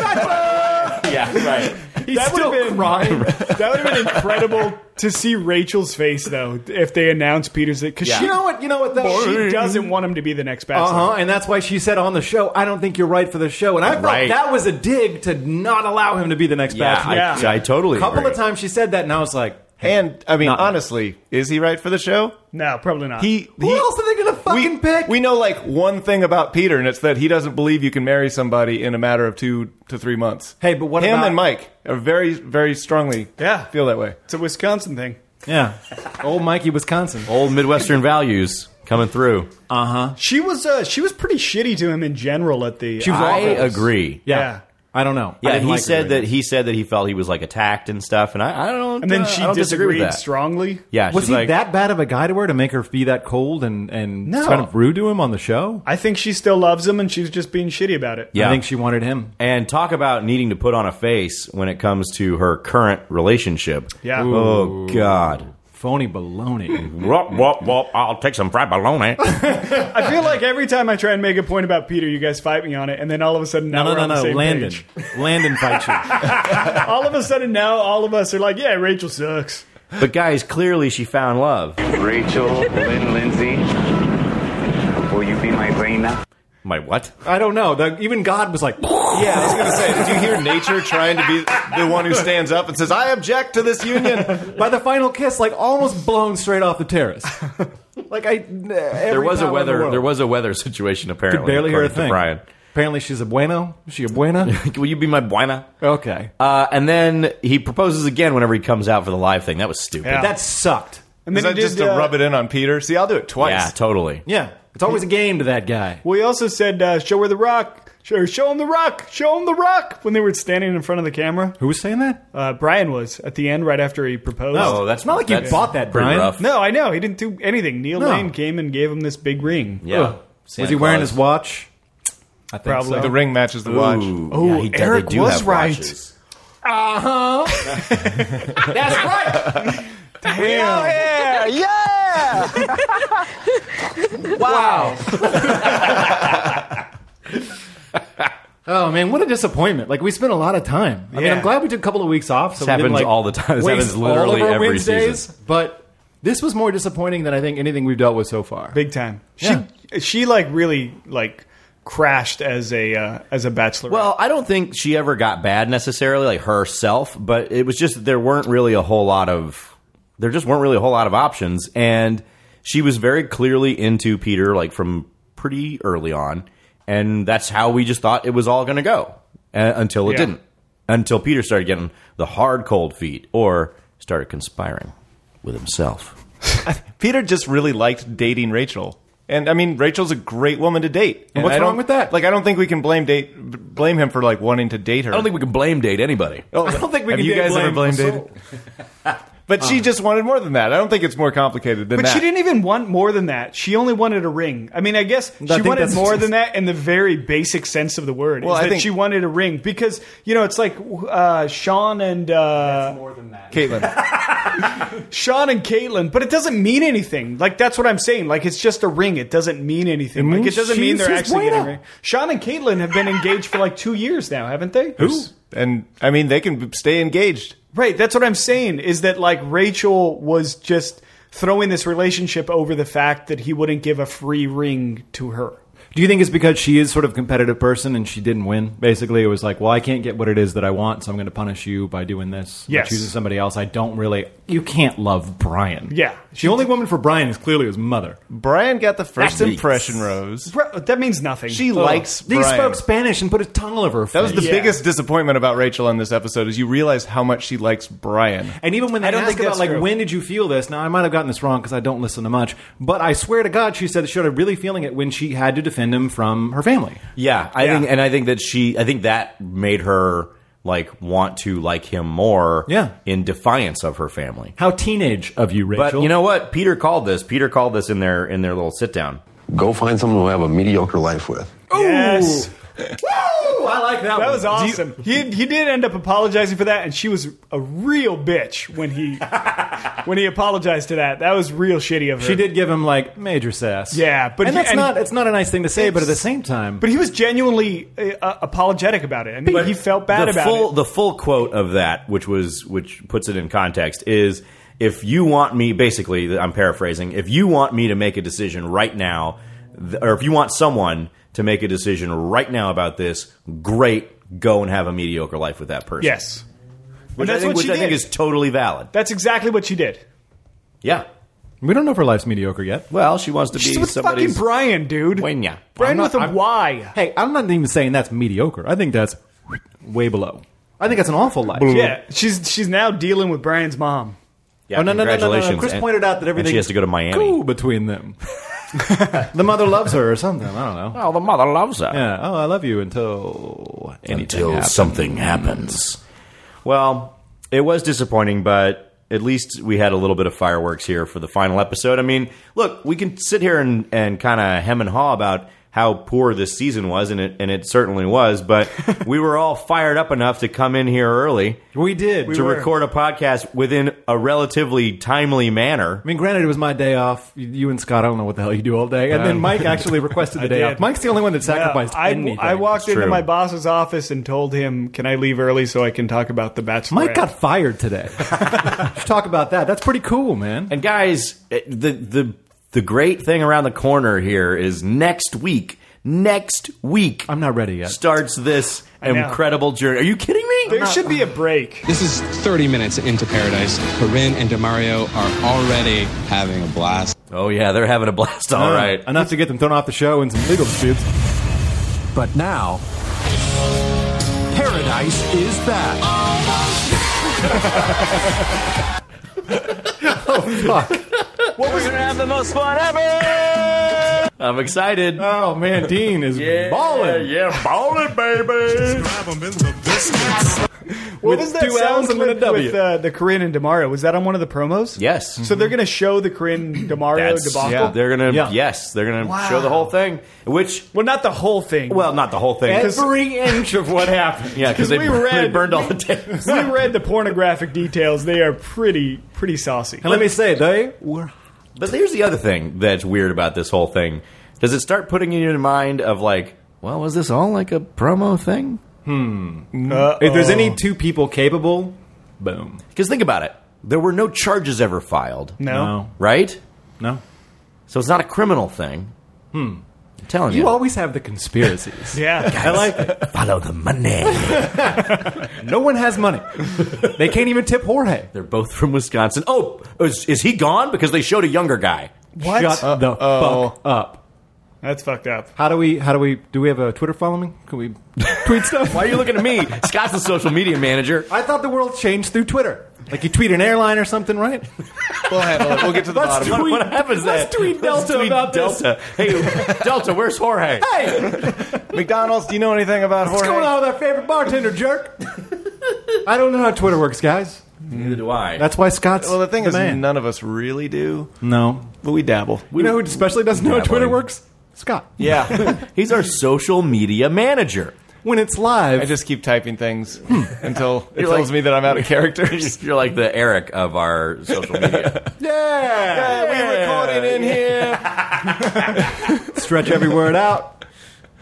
Yeah, right.
(laughs)
(laughs)
He's that
still
would have been
crying.
that would have been incredible to see Rachel's face though if they announced Peter's because
Yeah.
she
You know what? You know what? Though?
she doesn't want him to be the next
Uh
bachelor.
huh. And that's why she said on the show, "I don't think you're right for the show." And I thought
Right.
that was a dig to not allow him to be the next
Yeah,
bachelor.
I,
Yeah.
I totally.
A couple
agree.
of times she said that, and I was like,
And I mean,
Not-
honestly, is he right for the show?
No, probably not.
He,
"Who
he-
else are they gonna fucking
we,
pick?"
We know like one thing about Peter, and it's that he doesn't believe you can marry somebody in a matter of two to three months.
Hey, but what
him
about-
and Mike are very, very strongly
Yeah.
feel that way.
it's a Wisconsin thing.
Yeah. Old Mikey, Wisconsin.
Old Midwestern values coming through.
She was uh, she was pretty shitty to him in general at the.
She was
I
awful.
agree.
Yeah.
Yeah.
I don't know. I
Yeah,
didn't
he
like her
said
very
that
much.
he said that he felt he was like attacked and stuff, and I, I don't.
and then
uh,
she
I don't disagree with
disagreed
that.
strongly.
Yeah,
Was
she's
he
like,
that bad of a guy to her to make her be that cold and and kind of rude to him on the show?
I think she still loves him, and she's just being shitty about it.
Yeah.
I think she wanted him.
And talk about needing to put on a face when it comes to her current relationship.
Yeah.
Oh God.
Phony baloney.
Wop wop wop! I'll take some fried bologna.
I feel like every time I try and make a point about Peter, you guys fight me on it, and then all of a sudden now
no,
we're
no,
on the
no, no.
same
Landon.
page.
Landon fights you.
All of a sudden now, all of us are like, yeah, Rachel sucks.
but guys, clearly she found love.
Rachel Lynn Lindsay, will you be my reina?
My what?
I don't know. The, even God was like,
Yeah, I was going to say, did you hear nature trying to be the one who stands up and says, I object to this union?
by the final kiss, like almost blown straight off the
(laughs)
terrace. like I,
There was a weather. there was a weather situation apparently.
could barely hear a
according to
thing.
Brian, (laughs)
Apparently, she's a bueno. Is she a buena?
will you be my buena?
okay,
Uh, and then he proposes again whenever he comes out for the live thing. That was stupid.
Yeah.
that sucked.
And
Is
then
that
he did,
just to
uh,
rub it in on Peter? See, I'll do it twice.
Yeah, totally.
Yeah, it's always a game to that guy.
Well, he also said, uh, show her the rock. Show, show him the rock. Show him the rock. When they were standing in front of the camera,
Who was saying that?
uh, Brian was at the end right after he proposed.
Oh, that's
not like you
that's
bought that,
pretty
Brian.
Rough.
No, I know. He didn't do anything. Neil
No.
Lane came and gave him this big ring.
Yeah.
Ugh. was he wearing his watch? I think
Probably.
so.
The ring matches the watch.
Oh, yeah, he,
Eric
they do
was
have
right.
watches.
Uh huh. That's right.
Yeah!
(laughs) Oh man, what a disappointment! Like we spent a lot of time. I mean,
Yeah.
I'm glad we took a couple of weeks off. So
This
we didn't,
happens
like,
all the time. (laughs) This
waste
happens literally
all of our
every
Wednesdays,
season.
But this was more disappointing than I think anything we've dealt with so far.
Big time. She
Yeah.
she like really like crashed as a uh, as a bachelor.
Well, I don't think she ever got bad necessarily, like herself, but it was just that there weren't really a whole lot of there just weren't really a whole lot of options, and she was very clearly into Peter, like from pretty early on, and that's how we just thought it was all going to go uh, until it
Yeah.
didn't, until Peter started getting the hard cold feet or started conspiring with himself.
Peter just really liked dating Rachel. And I mean, Rachel's a great woman to date. And
what's
I don't-
wrong with that?
Like, I don't think we can blame date b- blame him for like wanting to date her.
I don't think we can blame date anybody.
Oh,
I don't think we
have
can
you
get
guys ever
blame Uh.
blamed dating? (laughs) But she just wanted more than that. I don't think it's more complicated than
but
that.
she didn't even want more than that. She only wanted a ring. I mean, I guess she
think
wanted
that's-
more than that in the very basic sense of the word.
Well,
is
I
that
think-
she wanted a ring because you know it's like uh, Sean and uh,
(laughs)
Caitlin.
Sean and Caitlyn, but it doesn't mean anything. Like that's what I'm saying. Like it's just a ring. It doesn't mean anything.
It
like it
means
doesn't mean
she's
they're
his
actually getting a
wife.
ring. Sean and Caitlyn have been engaged for like two years now, haven't they? Who?
and I mean, they can b- stay engaged.
Right. That's what I'm saying is that like Rachel was just throwing this relationship over the fact that he wouldn't give a free ring to her.
Do you think it's because she is sort of a competitive person and she didn't win? Basically, it was like, well, I can't get what it is that I want, so I'm going to punish you by doing this. by
Yes.
choosing somebody else. I don't really. You can't love Brian.
Yeah.
the only woman for Brian is clearly his mother.
Brian got the first
That's-
impression rose.
Bro, that means nothing. Oh.
She likes
Oh, He
Brian.
spoke Spanish and put a tunnel over her face.
That was the
Yeah.
biggest disappointment about Rachel on this episode is you realize how much she likes Brian.
And even when they
I don't
ask
think
about
that's
like
true.
when did you feel this? Now I might have gotten this wrong because I don't listen to much, but I swear to God, she said she started really feeling it when she had to defend him from her family.
Yeah, I
Yeah.
think, and I think that she, I think that made her like want to like him more.
Yeah.
in defiance of her family.
How teenage of you, Rachel?
But you know what? Peter called this. Peter called this in their in their little sit down.
Go find someone who have a mediocre life with.
Yes.
Ooh, I like
That
that. one.
was
Do you-
awesome. he, he did end up apologizing for that, and she was a real bitch when
(laughs)
he when he apologized to that. That was real shitty of her.
she did give him like major sass.
Yeah, but
and
he-
that's
and-
not it's not a nice thing to say, but at the same time,
But he was genuinely uh, uh, apologetic about it. I mean, he felt bad
the
about
full,
it.
The full quote of that, which was which puts it in context, is if you want me, basically, I'm paraphrasing. If you want me to make a decision right now, th- or if you want someone to make a decision right now about this, great, go and have a mediocre life with that person.
Yes. And
which
that's
I think,
what
which
she
I think
did.
is totally valid.
That's exactly what she did.
Yeah.
we don't know if her life's mediocre yet.
Well, she wants to
She's
be
with fucking
somebody's
Brian, dude.
Wenya.
Brian
not-
with a
I'm-
Y.
Hey, I'm not even saying that's mediocre. I think that's way below. I think that's an awful life.
Yeah, she's she's now dealing with Brian's mom.
Yeah,
oh no, no, no, no, no, no.
congratulations.
Chris
And-
pointed out
and
that everything
she has to go to Miami.
cool
(laughs)
between them. the mother loves her or something. I don't know.
Oh, the mother loves her.
Yeah. Oh, I love you until anything
until
happens.
something happens. Well, it was disappointing, but at least we had a little bit of fireworks here for the final episode. I mean, look, we can sit here and, and kind of hem and haw about how poor this season was, and it and it certainly was.
(laughs)
But we were all fired up enough to come in here early
We did.
to record a podcast within a relatively timely manner.
I mean, granted, it was my day off. You- You and Scott, I don't know what the hell you do all day. And then Mike
(laughs)
actually requested the day
did.
off. Mike's the only one that sacrificed
I,
anything.
I walked into
true.
my boss's office and told him, "Can I leave early so I can talk about the Bachelor?"
Mike got
(laughs)
fired today. We should talk about that. That's pretty cool, man.
And guys, it- the the the great thing around the corner here is next week. Next week,
I'm not ready yet.
starts this
know.
incredible journey. Are you kidding me?
There should be a break.
This is 30 minutes into paradise. Corinne and Demario are already having a blast.
Oh yeah, they're having a blast.
Uh.
All right.
Enough to get them thrown off the show and some legal disputes.
But now,
Paradise is back.
I'm excited.
Oh, man. Dean is balling.
yeah, balling, baby.
(laughs) What was that
two
sound
L's and then a
clip
W.
with uh, the Corinne and Demario? Was that on one of the promos?
Yes.
So they're going to show the Corinne Demario
That's-
debacle.
yeah, they're gonna.
Yeah.
Yes, they're gonna show the whole thing. Which,
Well, not the whole thing.
well, not the whole thing. 'cause-
Every inch of what happened.
yeah, because they,
we
bur-
read-
they burned all the tapes.
we read the pornographic details. They are pretty pretty saucy.
And let me say, they were.
But here's the other thing that's weird about this whole thing. Does it start putting you in your mind of like, well, was this all like a promo thing?
If there's any two people capable, boom.
Because think about it. There were no charges ever filed,
no.
right?
No.
So it's not a criminal thing. Hmm. I'm telling you.
You always have the
(laughs)
conspiracies.
Yeah.
I like it.
follow the money.
No one has money. They can't even tip Jorge.
(laughs) They're both from Wisconsin. Oh, is, is he gone? Because they showed a younger guy.
What?
Shut the fuck up.
That's fucked up.
How do we? How do we? Do we have a Twitter following? Can we tweet stuff?
Why are you looking at me? Scott's the social media manager.
(laughs) I thought the world changed through Twitter. Like you tweet an airline or something, right?
We'll handle it. We'll get to the bottom.
What- what happens
let's
there?
tweet
Let's
Delta
tweet
about this.
Delta. Hey, Delta, where's Jorge?
McDonald's, do you know anything about
What's
Jorge?
going on with our favorite bartender jerk? I don't know how Twitter works, guys.
Neither do I.
That's why Scott's
Well, the thing is,
man.
none of us really do,
no.
but we dabble.
You know who especially doesn't know how Twitter
Dabbling.
works? Scott.
Yeah.
(laughs) He's our social media manager.
When it's live,
I just keep typing things
Hmm.
until it
You're
tells
like-
me that I'm
(laughs)
out of character.
(laughs) You're like the Eric of our social media.
yeah,
in here.
(laughs) stretch every word out.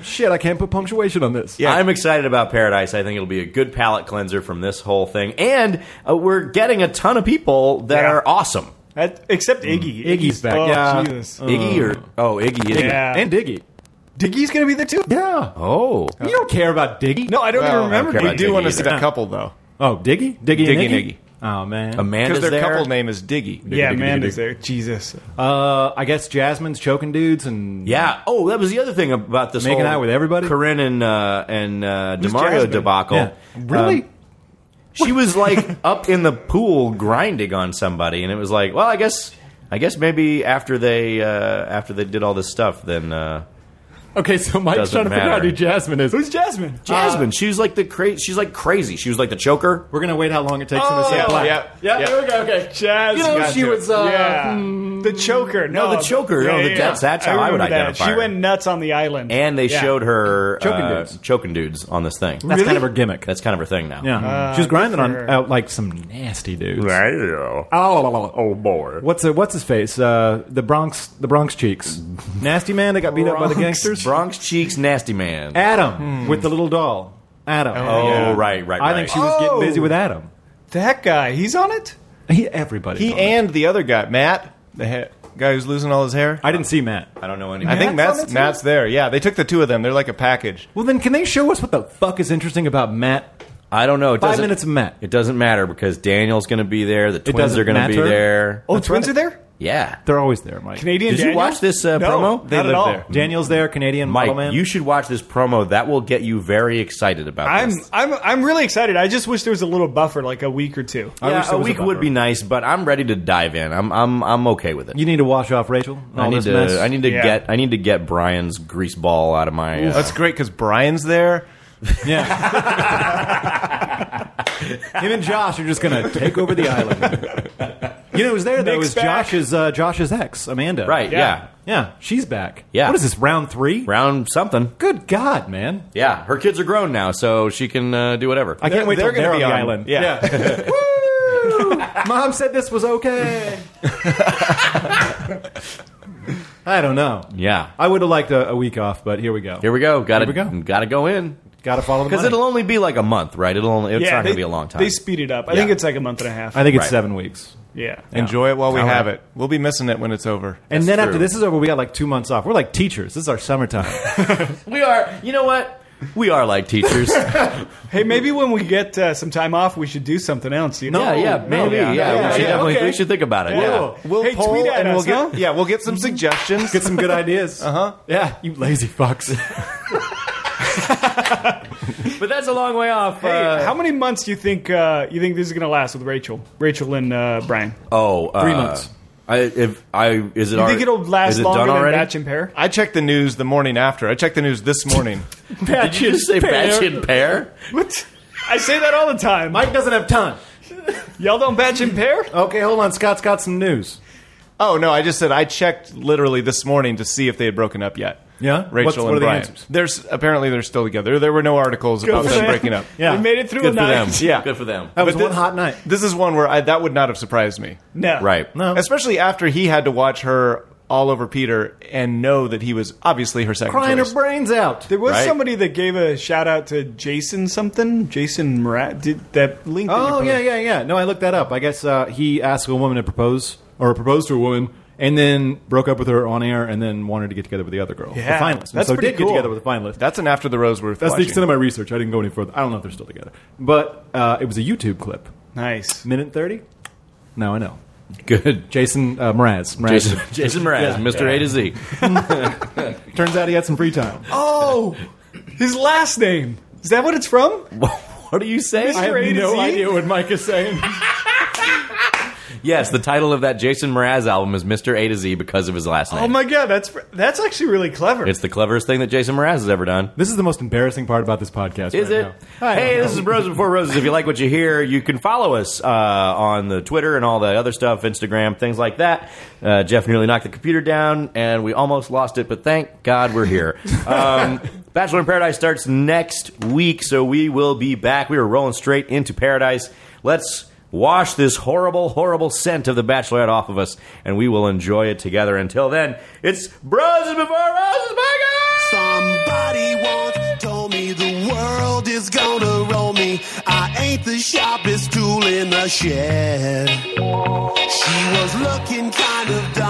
Shit, I can't put punctuation on this.
Yeah.
I'm excited about Paradise. I think it'll be a good palate cleanser from this whole thing. And uh, we're getting a ton of people that
Yeah.
are awesome.
That, except Iggy.
Iggy's back,
Oh,
yeah.
Jesus.
Iggy or oh Iggy, Iggy.
Yeah.
and Diggy.
Diggy's going to be there too?
Yeah.
Oh,
You don't care about Diggy?
No, I don't even
Well,
remember
okay.
We
Diggy.
do want to
either.
see that couple though,
Oh, Diggy? Diggy,
Diggy
and
and Iggy.
Iggy? Oh, man.
because
Amanda's
their
there.
couple name is Diggy.
Yeah, man is there. Jesus.
Uh, I guess Jasmine's choking dudes and
Yeah. Oh, that was the other thing about this
Making
whole
out with everybody?
Corinne and uh, and uh,
Who's
Demario
Jasmine?
debacle.
Yeah. Really?
Um, she was like up in the pool grinding on somebody, and it was like, well, I guess, I guess maybe after they uh, after they did all this stuff, then uh,
okay, so Mike's
Doesn't
trying to figure out
matter.
who Jasmine is.
Who's Jasmine?
Jasmine, she was like the cra- she's like crazy. She was like the choker.
We're gonna wait how long it takes
Oh,
him to say
yeah,
black.
yeah,
Oh, yeah,
yeah.
There we go. Okay.
Jazz.
You know, she was, uh,
yeah. the choker. No,
No, the choker. No, the- that's- that's how I would
remember that.
identify her.
She went nuts on the island,
And they
Yeah.
showed her
Choking
uh,
dudes.
choking dudes on this thing.
That's kind of her gimmick.
That's kind of her thing now.
yeah, she was grinding
good
on
for her.
out like some nasty dudes.
Oh,
Oh,
boy.
what's a, what's his face? Uh, the Bronx, the Bronx cheeks, nasty man that got beat up by the gangsters.
Bronx cheeks, nasty man.
Adam with the little doll. Adam.
oh, right, right, right.
I think she was
Oh.
getting busy with Adam.
that guy. He's on it.
He, everybody.
He and the other guy, Matt, the ha- guy who's losing all his hair.
I didn't see Matt.
I don't know any.
I think
Matt's on
Matt's
it, too?
Matt's there. Yeah, they took the two of them. They're like a package.
Well, then, can they show us what the fuck is interesting about Matt?
I don't know. It
Five
doesn't-
minutes of Matt.
It doesn't matter because Daniel's going to be there. The twins
doesn't
are going to be
matter?
there.
Oh, the twins are there.
Yeah,
they're always there, Mike.
Canadian
Did you
Daniel?
watch this uh,
No,
promo?
They not at live all. there.
Daniel's there, Canadian
Mike,
model man.
you should watch this promo. That will get you very excited about
I'm
this.
I'm I'm really excited. I just wish there was a little buffer, like a week or two.
yeah, a week would be nice, but I'm ready to dive in. I'm I'm I'm okay with it.
You need to wash off Rachel. and
I
all
need
this
to
mess.
I need to get I need to get Brian's grease ball out of my. Uh,
That's great because Brian's there.
Yeah. Him and Josh are
(laughs)
just gonna take over the island. You know, who's there though
Nick's
is
back.
Josh's uh, Josh's ex, Amanda.
Right, Yeah. yeah.
yeah, she's back.
Yeah.
What is this round three?
Round something.
Good God, man!
Yeah, her kids are grown now, so she can uh, do whatever.
I can't wait till they're on the island.
Yeah.
Mom said this was okay. (laughs) I don't know.
Yeah.
I would have liked a, a week off, but here we go.
Here we go. Got to
Here we go.
Got to go in.
Got to follow the
Because
money.
it'll only be like a month, right? It'll only, it's not going to be a long time.
They speed it up. I
Yeah.
think it's like a month and a half.
I think it's
Right.
seven weeks.
Yeah.
Enjoy it while we
All
have
right.
it. We'll be missing it when it's over.
And
That's
then
true.
after this is over, we got like two months off. We're like teachers. This is our summertime.
we are. You know what? We are like (laughs) teachers.
Hey, maybe when we get uh, some time off, we should do something else. You know?
yeah, yeah, maybe. Yeah, we should definitely. We should think about it.
Cool.
Yeah.
We'll
Hey,
poll
tweet at
and
us,
we'll get
huh?
yeah, we'll get some suggestions. Uh-huh.
Get some good
(laughs)
ideas. Uh huh. Yeah, you lazy fucks.
But that's a long way off.
Hey,
uh,
how many months do you think uh, you think this is going to last with Rachel, Rachel and uh, Brian?
oh, uh,
Three months.
I if I is it?
You
already-
think it'll
is
last
it
longer
done
than
already?
Batch and Pair?
I checked the news the morning after. I checked the news
(laughs)
this morning.
(laughs) Did you just say batch and pair?
What? I say that all the time.
Mike doesn't have time.
Y'all don't batch and
(laughs)
pair?
Okay, hold on. Scott's got some news.
oh no, I just said I checked literally this morning to see if they had broken up yet.
Yeah? What's-
Rachel
what are
and
the
Brian.
answers?
There's apparently they're still together. There were no articles
Good
about
for
them
them.
breaking up.
(laughs) Yeah.
We made it through
Good
a
for them.
night.
Yeah.
Good for them.
That was
But
one
thi-
hot night.
This is one where I, that would not have surprised me.
(laughs) No.
Right.
No.
Especially after he had to watch her all over Peter and know that he was obviously her second
Crying her
choice.
brains out.
There was
Right.
somebody that gave a shout out to Jason something. Jason Morat did that link. that you
Oh
put-
yeah, yeah, yeah. No, I looked that up. I guess uh, he asked a woman to propose or proposed to a woman, and then broke up with her on air, and then wanted to get together with the other girl,
Yeah.
the finalist. And
That's
so
pretty
did
cool.
get together with the finalist.
That's an after the rose worth.
That's the
watching.
extent of my research. I didn't go any further. I don't know if they're still together, but uh, it was a YouTube clip,
(laughs)
Nice.
minute thirty. Now I know.
Good.
(laughs) Jason uh, Mraz. Mraz. (laughs)
Jason, Jason Mraz,
Yeah.
Mr. A to Z.
Turns out he had some free time. (laughs)
Oh, his last name. Is that what it's from?
what do you say?
I have A to no Z? idea
what Mike is saying. yes, the title of that Jason Mraz album is Mr. A to Z because of his last name.
Oh my god, that's that's actually really clever.
It's the cleverest thing that Jason Mraz has ever
(laughs)
done.
(laughs) This is the most embarrassing part about this podcast.
Is
right
it?
now. I
Hey,
don't
this
know.
is Bros Before Roses. If you like what you hear, you can follow us uh, on the Twitter and all the other stuff, Instagram, things like that. Uh, Jeff nearly knocked the computer down, and we almost lost it, but thank God we're
(laughs)
here. Um, Bachelor in Paradise starts next week, so we will be back. We are rolling straight into paradise. Let's wash this horrible, horrible scent of the Bachelorette off of us, and we will enjoy it together. Until then, it's Bros Before Roses, my guys!
Somebody once told me the world is gonna roll me. I ain't the sharpest tool in the shed. She was looking kind of dumb.